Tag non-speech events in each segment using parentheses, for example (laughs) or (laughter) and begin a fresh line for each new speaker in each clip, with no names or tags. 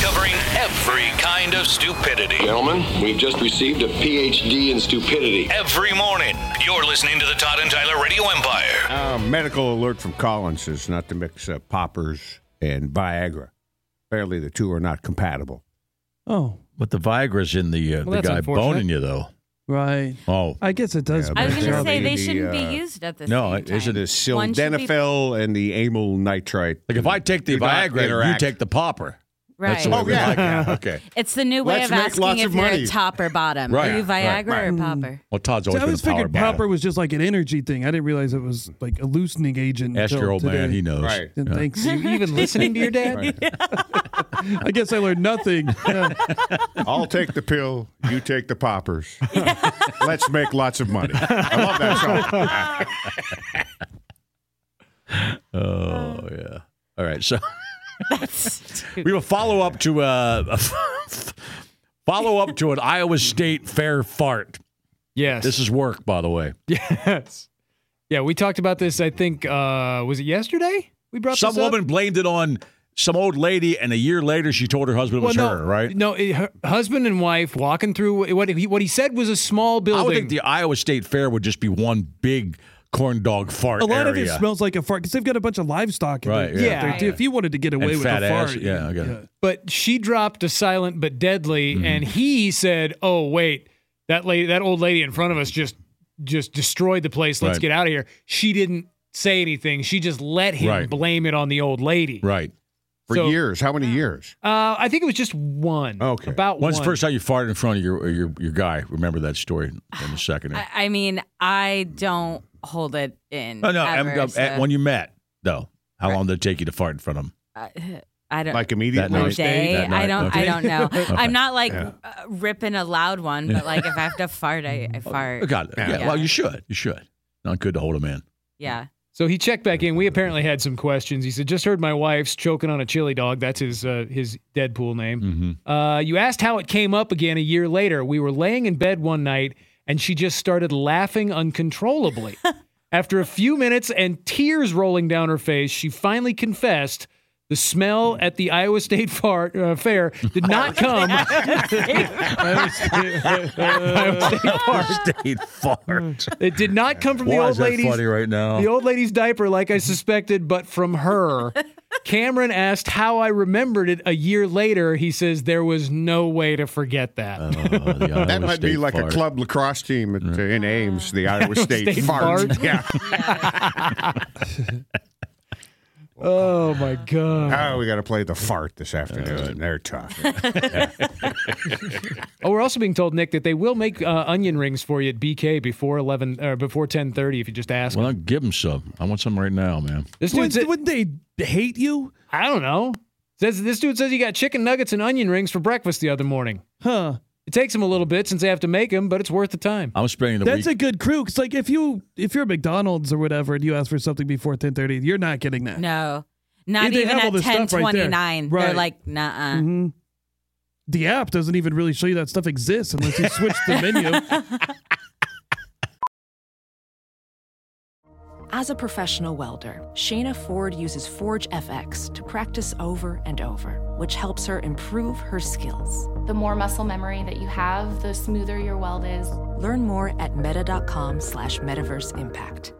covering every kind of stupidity.
Gentlemen, we've just received a PhD in stupidity.
Every morning, you're listening to the Todd and Tyler Radio Empire.
Uh, medical alert from Collins says not to mix uh, poppers and Viagra. Apparently, the two are not compatible.
Oh,
But the Viagra's in the,
Well,
uh, the
that's
guy
unfortunate.
boning you, though.
right.
Oh,
I guess it does.
Yeah,
I was
but
going to
they'll
say
be
they
the,
shouldn't
uh,
be used at the
no,
same time.
isn't
The
One should be-
sildenafil and the amyl nitrite.
like if I take the
do not
Viagra,
interact.
you take the popper. That's
right?
the way
Oh,
we
yeah.
like it. Okay.
It's the new way
Let's
of
make
asking
lots
if
of
you're
money.
a top or bottom.
Right,
Are you
right,
Viagra
right.
or popper?
Well, Todd's
See,
always
Mm. I was
been a power
figured popper
bottom.
was just like an energy thing. I didn't realize it was like a loosening agent.
Ask your
until
old
today.
man; he knows.
Right.
And
Yeah.
thanks.
You even listening to
(laughs)
your
(laughs)
dad?
I guess I learned nothing. Yeah.
I'll take the pill, you take the poppers.
(laughs)
Let's make lots of money. I love that (laughs) song.
Oh yeah. All right. So (laughs) we have a follow up to uh, (laughs) follow up to an Iowa State fair fart.
Yes.
This is work, by the way.
(laughs) yes. Yeah, we talked about this. I think uh was it yesterday? We brought
Some
this up?
woman blamed it on some old lady, and a year later she told her husband it was
no,
her. Right.
No, it, her, husband and wife walking through what he, what he said was a small building.
I would think the Iowa State fair would just be one big corn dog fart
a lot
area.
of it smells like a fart because they've got a bunch of livestock. In
Right,
there.
yeah.
out there,
Yeah.
too. If you wanted to get away with
fat
a
ass,
fart,
yeah, Mm-hmm. I got it.
but she dropped a silent but deadly, and he said, "Oh wait, that lady, that old lady in front of us just just destroyed the place. Let's
Right.
get out of here." She didn't say anything. She just let him
Right.
blame it on the old lady.
right.
For
So-
years. How many years?
Uh, I think it was just one.
Okay.
about
When's the
one.
first time you farted in front of your your, your guy? Remember that story in a second. here.
I, I mean, I don't hold it in.
Oh, no, no. I'm-
ever,
I'm-
so-
at- when you met, though, how long did it take you to fart in front of him?
I don't.
Like immediately.
That
a
night.
day.
That night,
I don't.
(laughs) okay.
I don't know. I'm not like uh, ripping a loud one, but like if I have to fart, I, I
Oh,
fart.
(laughs)
God. Yeah.
Yeah.
Well, you should. You should. Not good to hold a man.
Yeah.
So he checked back in. We apparently had some questions. He said, "Just heard my wife's choking on a chili dog. That's his uh, his Deadpool name." Uh, you asked how it came up again a year later. We were laying in bed one night, and she just started laughing uncontrollably. After a few minutes and tears rolling down her face, she finally confessed. The smell at the Iowa State fart, uh, Fair did not come. Iowa State fart.
State
(laughs)
fart.
It did not come from the
Why
old
is that
lady's
funny right now?
the old lady's diaper, like I suspected, but from her.
(laughs)
Cameron asked how I remembered it a year later. He says there was no way to forget that.
Oh, the Iowa
That might be
State
like a
fart.
club lacrosse team at, uh, in Ames, the Iowa State,
State
fart.
fart.
(laughs) Yeah.
oh my god!
Oh, we got to play the fart this afternoon. They're tough.
Oh, we're also being told, Nick, that they will make uh, onion rings for you at BK before eleven or before ten thirty if you just ask.
Well, I'll give them some. I want some right now, man.
This dude
Wouldn't, wouldn't they hate you?
I don't know. Says this dude says he got chicken nuggets and onion rings for breakfast the other morning.
Huh.
It takes him a little bit since they have to make them, but it's worth the time.
I'm spending the
That's
week.
a good crew. Cause like if you if you're McDonald's or whatever and you ask for something before ten thirty, you're not getting that.
No, not
They
even
have all
at
this
ten
stuff right
twenty
there.
nine. They're
Right.
like, nah. uh
Mm-hmm.
Mhm. The app doesn't even really show you that stuff exists unless you switch
(laughs)
the menu.
As a professional welder, Shayna Ford uses Forge FX to practice over and over, which helps her improve her skills.
The more muscle memory that you have, the smoother your weld is.
Learn more at meta.com slash metaverse impact.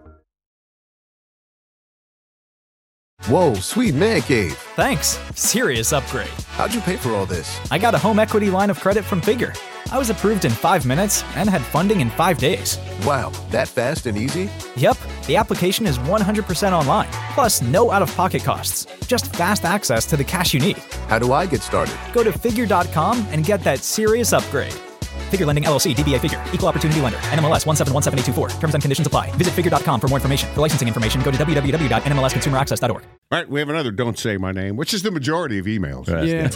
Whoa, sweet man cave.
Thanks. Serious upgrade.
How'd you pay for all this?
I got a home equity line of credit from Figure. I was approved in five minutes and had funding in five days.
Wow, that fast and easy?
Yep, the application is 100% online, plus no out of pocket costs, just fast access to the cash you need.
How do I get started?
Go to figure.com and get that serious upgrade. Figure Lending LLC, DBA Figure, Equal Opportunity Lender, NMLS 1717824. Terms and conditions apply. Visit figure.com for more information. For licensing information, go to www.nmlsconsumeraccess.org.
All right, we have another "Don't Say My Name," which is the majority of emails.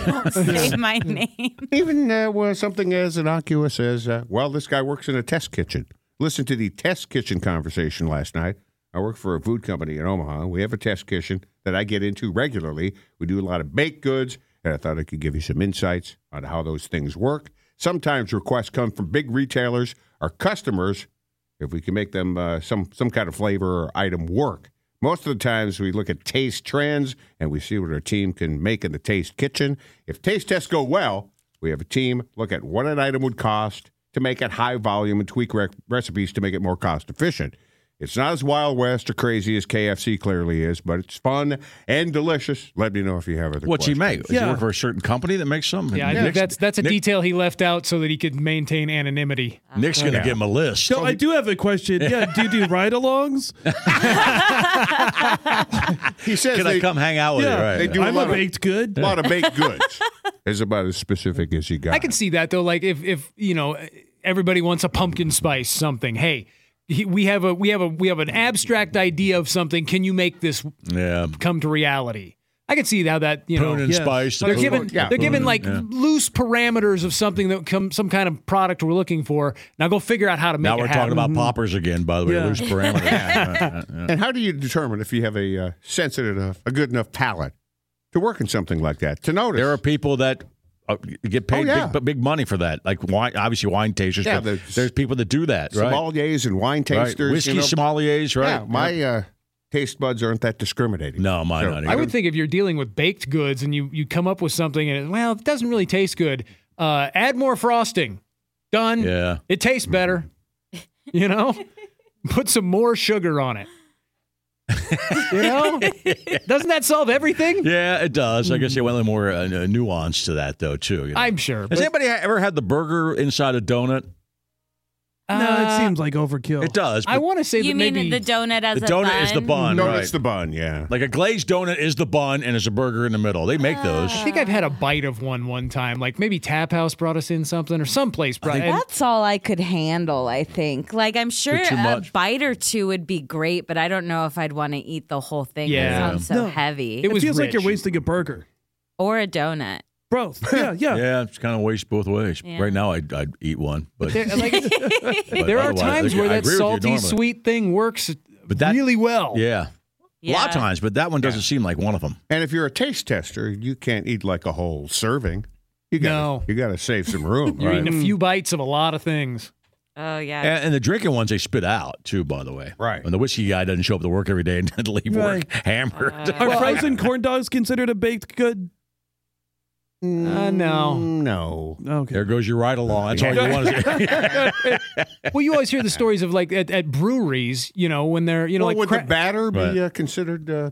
Don't say my name.
Even uh, well, something as innocuous as, uh, well, this guy works in a test kitchen. Listen to the test kitchen conversation last night. I work for a food company in Omaha. We have a test kitchen that I get into regularly. We do a lot of baked goods, and I thought I could give you some insights on how those things work. Sometimes requests come from big retailers or customers if we can make them uh, some some kind of flavor or item work. Most of the times we look at taste trends and we see what our team can make in the taste kitchen. If taste tests go well, we have a team look at what an item would cost to make it high volume and tweak rec- recipes to make it more cost efficient. It's not as wild west or crazy as KFC clearly is, but it's fun and delicious. Let me know if you have other
What's he
questions.
make? Does he work for a certain company that makes something?
Yeah, I think
Nick's,
that's that's a
Nick-
detail he left out so that he could maintain anonymity.
Nick's gonna give him a list.
No, I do have a question. Yeah, do you do
(laughs)
ride-alongs?
He says
Can I
they-
come hang out with you? Right.
They do
I'm
a
a
lot of-
baked good.
A lot of baked
(laughs)
goods is about as specific as you got.
I can see that though. Like if if you know everybody wants a pumpkin spice something. Hey, he, we have a we have a we have an abstract idea of something. Can you make this
Yeah.
come to reality? I can see how that you
Prune
know
and Yeah. spice, the
They're
prune
given
and- yeah,
they're
prune
given
and-
like
yeah.
loose parameters of something that come some kind of product we're looking for. Now go figure out how to make
Now
it
we're
happen.
talking about poppers again, by the way.
Yeah.
(laughs)
Loose parameters. Yeah, yeah, yeah.
And how do you determine if you have a uh, sensitive enough, a good enough palate to work in something like that? To notice
There are people that uh, get paid
Oh,
yeah.
big, big money for that, like wine, obviously wine tasters.
Yeah,
but
there's-
there's, people that do that, right?
sommeliers and wine
Right.
tasters, you
Whiskey
know.
sommeliers, right?
Yeah, my uh, taste buds aren't that discriminating.
no, mine
No,
not.
I
either.
would think if you're dealing with baked goods and you you come up with something and it, well, it doesn't really taste good. Uh, add more frosting. Done.
Yeah.
It tastes better. You know, (laughs) put some more sugar on it. you know, doesn't that solve everything?
Yeah, it does. I guess
Mm-hmm.
they went a little more uh, n- nuance to that, though, too. you know.
I'm sure.
Has
but-
anybody ha- ever had the burger inside a donut?
no, it
Uh,
seems like overkill.
It does.
I
but
want to say
You
that
mean
maybe
the donut as
the
a
donut
bun?
is the bun.
No,
right.
it's the bun. Yeah,
like a glazed donut is the bun, and there's a burger in the middle. They
Ah.
make those.
I think I've had a
Uh.
bite of one one time. Like maybe Tap House brought us in something or someplace brought. and-
That's all I could handle, I think. Like, I'm sure
too
a
much.
bite or two would be great, but I don't know if I'd want to eat the whole thing.
Yeah.
It sounds so
No.
heavy.
It,
was
feels like
rich.
you're wasting a burger.
or a donut.
Both.
(laughs)
Yeah, yeah.
Yeah, it's kind of waste both ways. Right now, I'd, I'd eat one, but,
there, (laughs) like,
but
there are
otherwise,
times
I
where
agree
that
with you
salty
normally.
sweet thing works
But that-
really well.
Yeah. a lot of
Yeah.
times, but that one doesn't seem like one of them.
and if you're a taste tester, you can't eat like a whole serving. You got
No.
you got to save some
(laughs)
room.
You're
right?
eating a few bites of a lot of things.
Oh, yeah.
And, and the drinking ones they spit out too, by the way.
Right.
When the whiskey guy doesn't show up to work every day and (laughs) doesn't leave work hammered.
Uh.
Are frozen corn dogs considered a baked good?
Uh, no.
Mm, no.
Okay.
there goes your ride along. That's all you want.
(laughs)
Is,
Well, you always hear the stories of like at, at breweries, you know, when they're you know
well,
like
would
cra-
the batter
Right.
be uh, considered uh,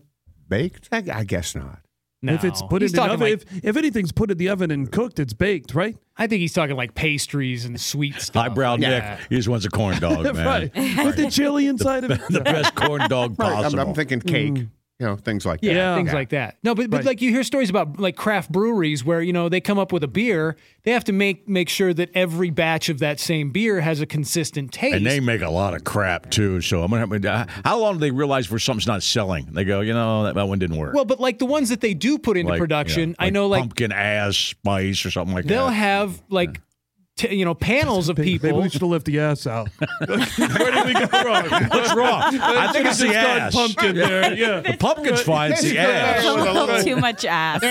baked? I, I guess not.
No.
If it's put
He's
in an
talking
oven,
like-
if, if anything's put in the oven and cooked, it's baked, right?
I think he's talking like pastries and sweet stuff.
highbrow
Yeah.
Nick. He just wants
(laughs)
a corn dog, man.
Right. With the chili inside of it.
the best corn dog
Right,
possible.
I'm, I'm thinking cake. you know, things like
Mm. yeah,
that.
things like that. No, but, but
Right.
like you hear stories about like craft breweries where you know they come up with a beer, they have to make make sure that every batch of that same beer has a consistent taste.
And they make a lot of crap too. So I'm gonna. Have, uh, how long do they realize where something's not selling? They go, you know, that, that one didn't work.
well, but like the ones that they do put into
Like,
production,
yeah,
I know like
pumpkin ass spice or something like
they'll
that.
have like t- you know panels of people.
Maybe we should have left the ass
(laughs)
out.
Where did we go wrong? What's wrong? I think it's the
Just got
ass.
pumpkin (laughs) there, yeah.
the pumpkin's fine. It's the
(laughs)
ass.
A
uh,
little too
(laughs)
much ass.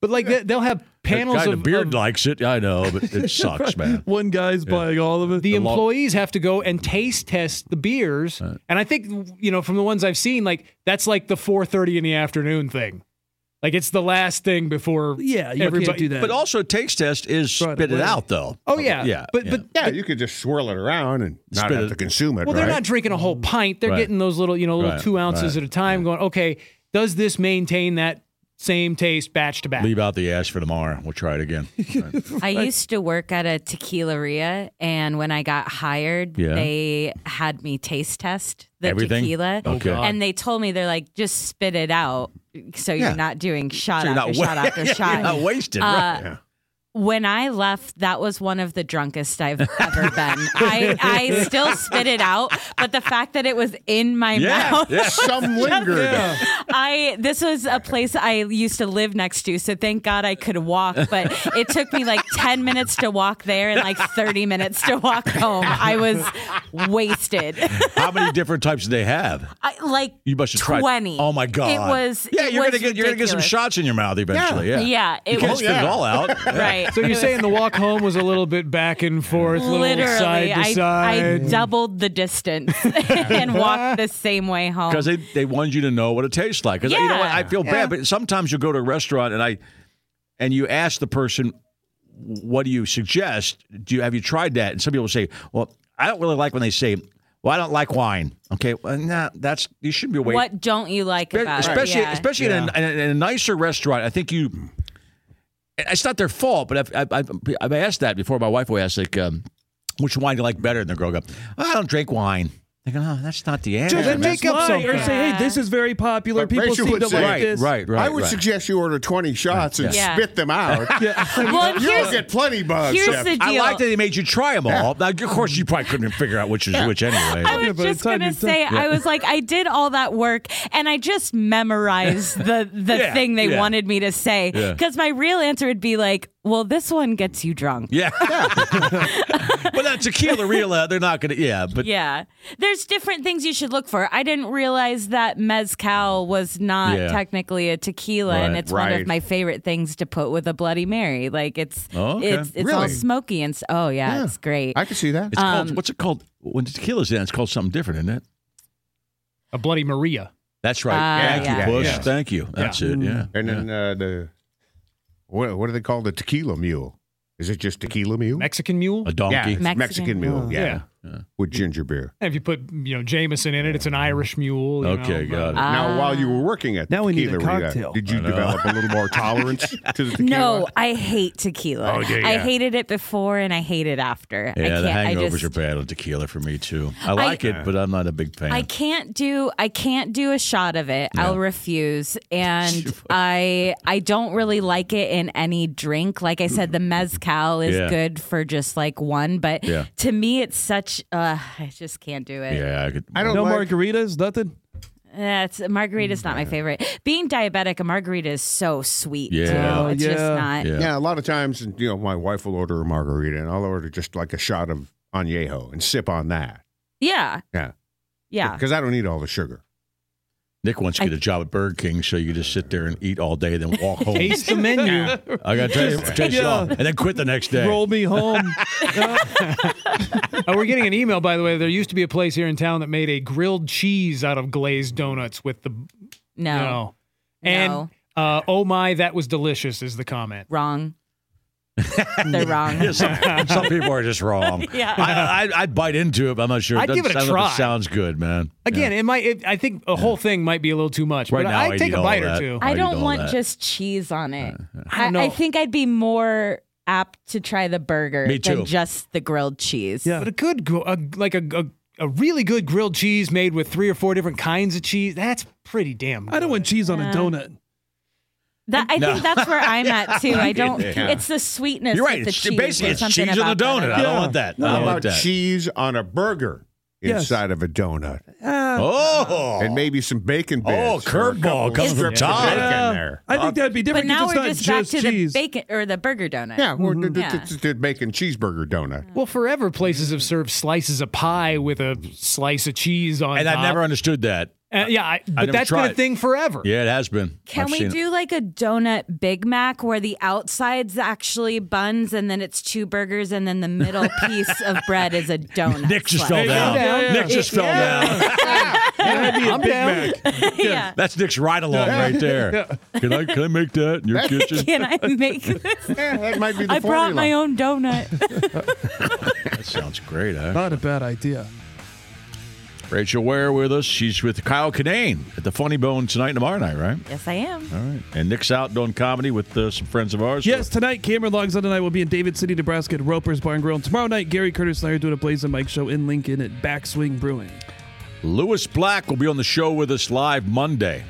But like they, they'll have panels
that guy in
of-
the beard likes it. I know, but (laughs) it sucks, man.
One guy's buying all of it.
the
The lo-
employees have to go and taste test the beers and i think you know from the ones i've seen like that's like the 4.30 in the afternoon thing like it's the last thing before everybody
But also, taste test is spit it
away.
out though.
Oh, yeah.
yeah.
But-
yeah.
but-
Yeah, you could just swirl it around and not
Spit
have
it-
to consume it.
well they're
right?
not drinking a whole pint they're
Right.
getting those little you know little
Right,
two ounces
right,
at a time going okay does this maintain that same taste batch to batch
leave out the ass for tomorrow. We'll try it again.
I used to work at a tequileria, and when I got hired,
Yeah.
they had me taste test the
Everything?
tequila.
Oh, God.
And they told me, they're like, just spit it out so
Yeah.
you're not doing shot
So you're
after
not wa-
shot after
(laughs) Yeah,
shot.
You're not wasted.
Uh,
right? Yeah.
When I left, that was one of the drunkest I've ever been. I, I still spit it out, but the fact that it was in my
Yeah,
mouth.
yeah. Some lingered. Yeah.
I this was a place I used to live next to, so thank God I could walk. But it took me like ten minutes to walk there and like thirty minutes to walk home. I was wasted.
(laughs) How many different types do they have?
I, like
You must have tried
20.
Oh my god!
It was-
yeah.
it
you're
was
gonna get you're gonna get some
ridiculous.
shots in your mouth eventually. Yeah,
Yeah. Yeah,
you
it
can't
was-
spit it
Yeah. (laughs)
all out.
Right.
so
It
you're
was-
saying the walk home was a little bit back and forth
Literally,
little side to
I, I
side
doubled the distance and walked the same way home.
because they, they wanted you to know what it tastes like. Because you know what, I feel
Yeah.
bad, but sometimes you'll go to a restaurant and I and you ask the person, "What do you suggest? Do you have you tried that?" And some people say, "Well, I don't really like when they say." Well, I don't like wine. Okay, well, nah, that's you shouldn't be waiting.
what don't you like about
especially
it? Yeah.
especially in, a, in, a, in a nicer restaurant. I think you. It's not their fault, but I've I've, I've, I've asked that before. My wife always asked like, um, "Which wine do you like better?" And the girl go, "I don't drink wine." They go, "Oh, that's not the answer."
Just make up something. Or say, hey,
Yeah.
this is very popular. People
Rachel
seem
would
to
say-
like this.
right, right,
I would
right.
suggest you order 20 shots and
Yeah.
spit them out.
Well, and
(laughs) You'll
here's-
get plenty bugs.
here's
Oh, Jeff.
the
I
deal.
like that they made you try them all. Now, of course, you probably couldn't figure out which is which anyway.
I was just gonna say,
Yeah.
I was like, I did all that work, and I just memorized the the
Yeah,
thing they
yeah.
wanted me to say
Yeah.
because my real answer would be like, well, this one gets you drunk.
(laughs)
yeah. but that tequila real, uh, they're not going to. Yeah, but
yeah, there's different things you should look for. I didn't realize that mezcal was not
Yeah.
technically a tequila, and
Right.
it's one
Right.
of my favorite things to put with a Bloody Mary. Like it's
Oh, okay.
it's it's all
Really?
smoky and s- oh yeah, it's great.
I can see that. Um,
it's
um,
called, what's it called? When tequila's in, it's called something different, isn't it?
a bloody maria
That's right.
Ah,
Thank
yeah.
you, Bush.
Yeah.
Thank you. That's it. Yeah.
And then uh, the what, what do they call the tequila mule? Is it just tequila mule?
mexican mule
A donkey.
Yeah, it's Mexican,
Mexican.
mule.
Oh.
Yeah. with ginger beer.
if you put you know jameson in it it's an irish mule you
Okay,
know,
got it.
Ah. now, while you were working at
Now we need a
tequila, Rita,
cocktail.
did you
I know.
develop a little
(laughs)
more tolerance to the tequila?
No, I hate tequila.
Oh, yeah,
I
yeah.
hated it before and I hate it after. I
Yeah,
can't,
the
I
hangovers
just,
are bad on tequila for me too. I like it, but I'm not a big fan.
I
(laughs)
can't do I can't do a shot of it. I'll refuse. And I I don't really like it in any drink. Like I said, the mezcal is
Yeah.
good for just like one, but (laughs)
Yeah.
to me it's such uh I just can't do it.
yeah, I could.
no margaritas, nothing.
That's margarita's not my favorite. Being diabetic, a margarita is so sweet.
Yeah.
too.
Oh,
It's just
yeah.
not
Yeah. a lot of times, and, you know, my wife will order a margarita, and I'll order just like a shot of añejo and sip on that.
Yeah.
Yeah,
Yeah.
because I don't need all the sugar.
Nick wants to get a job at Burger King, so you just sit there and eat all day, then walk home.
Taste the menu.
(laughs) I got to tell you,
Just-
taste it all,
Yeah.
and then quit the next day.
Roll me
(laughs)
home.
Oh, we're getting an email, by the way. There used to be a place here in town that made a grilled cheese out of glazed donuts with the
No.
and
No.
uh, oh my, that was delicious is the comment.
wrong. They're wrong.
Yeah, (laughs) some, some people are just wrong.
(laughs) Yeah.
I, I, I'd bite into it, but I'm not sure.
I'd
doesn't
give it a
sound like
try.
sounds good, man.
Again, it might. It, I think the whole thing might be a little too much.
Right
but
now,
I
I'd
take
eat
a
all
bite or
that.
two.
I
I
eat
don't
all
want
that.
just cheese on it.
I
I,
don't
I
know.
think I'd be more apt to try the burger
Me too.
than just the grilled cheese.
But a good, gr- a, like a, a a really good grilled cheese made with three or four different kinds of cheese. That's pretty damn. Good.
I don't want cheese on
Yeah.
a donut.
That, I
No.
think that's where I'm at too. I don't.
Yeah.
It's the sweetness.
You're right.
Of the
It's
cheese.
basically
There's
it's
something
cheese on a
about that.
donut. I don't want that. I
How
don't
about
want that.
cheese on a burger
Yes.
inside of a donut?
oh,
and maybe some bacon bits.
Oh,
or a
curveball
couple
comes
strips
from
of
Tom.
bacon
Yeah.
there.
Uh, I
Uh,
think that'd be
But
different
now
because
we're
it's
just
not
back
just
to
cheese.
the bacon or the burger donut.
Yeah, or the, the,
Yeah.
the- the bacon cheeseburger
(laughs)
donut.
Well, forever places have served slices of pie with a slice of cheese on
and
top.
I've never understood that.
Uh, yeah, I, but
never
that's been a
tried.
thing forever.
Yeah, it has been.
Can
I've
we
seen it.
do like a donut Big Mac where the outside's actually buns and then it's two burgers and then the
(laughs)
middle piece of bread is a donut?
Nick just
slice?
fell down.
Yeah, yeah,
Nick just fell
(laughs)
down.
That'd be a Big Mac. (laughs)
yeah.
That's Nick's ride along
Yeah.
right there. Can I can I make that in your kitchen?
Can I make
(laughs)
this?
Eh, that might be the
I brought my
formula.
own donut.
That sounds great, huh?
Not a bad idea.
Rachel Ware with us. She's with Kyle Kinane at the Funny Bone tonight and tomorrow night, right?
yes, I am.
All right. And Nick's out doing comedy with uh, some friends of ours.
Yes, tonight Cameron Logs on tonight will be in David City, Nebraska at Roper's Barn Grill. And tomorrow night, Gary Curtis and I are doing a Blaze and Mike show in Lincoln at Backswing Brewing.
Lewis Black will be on the show with us live Monday.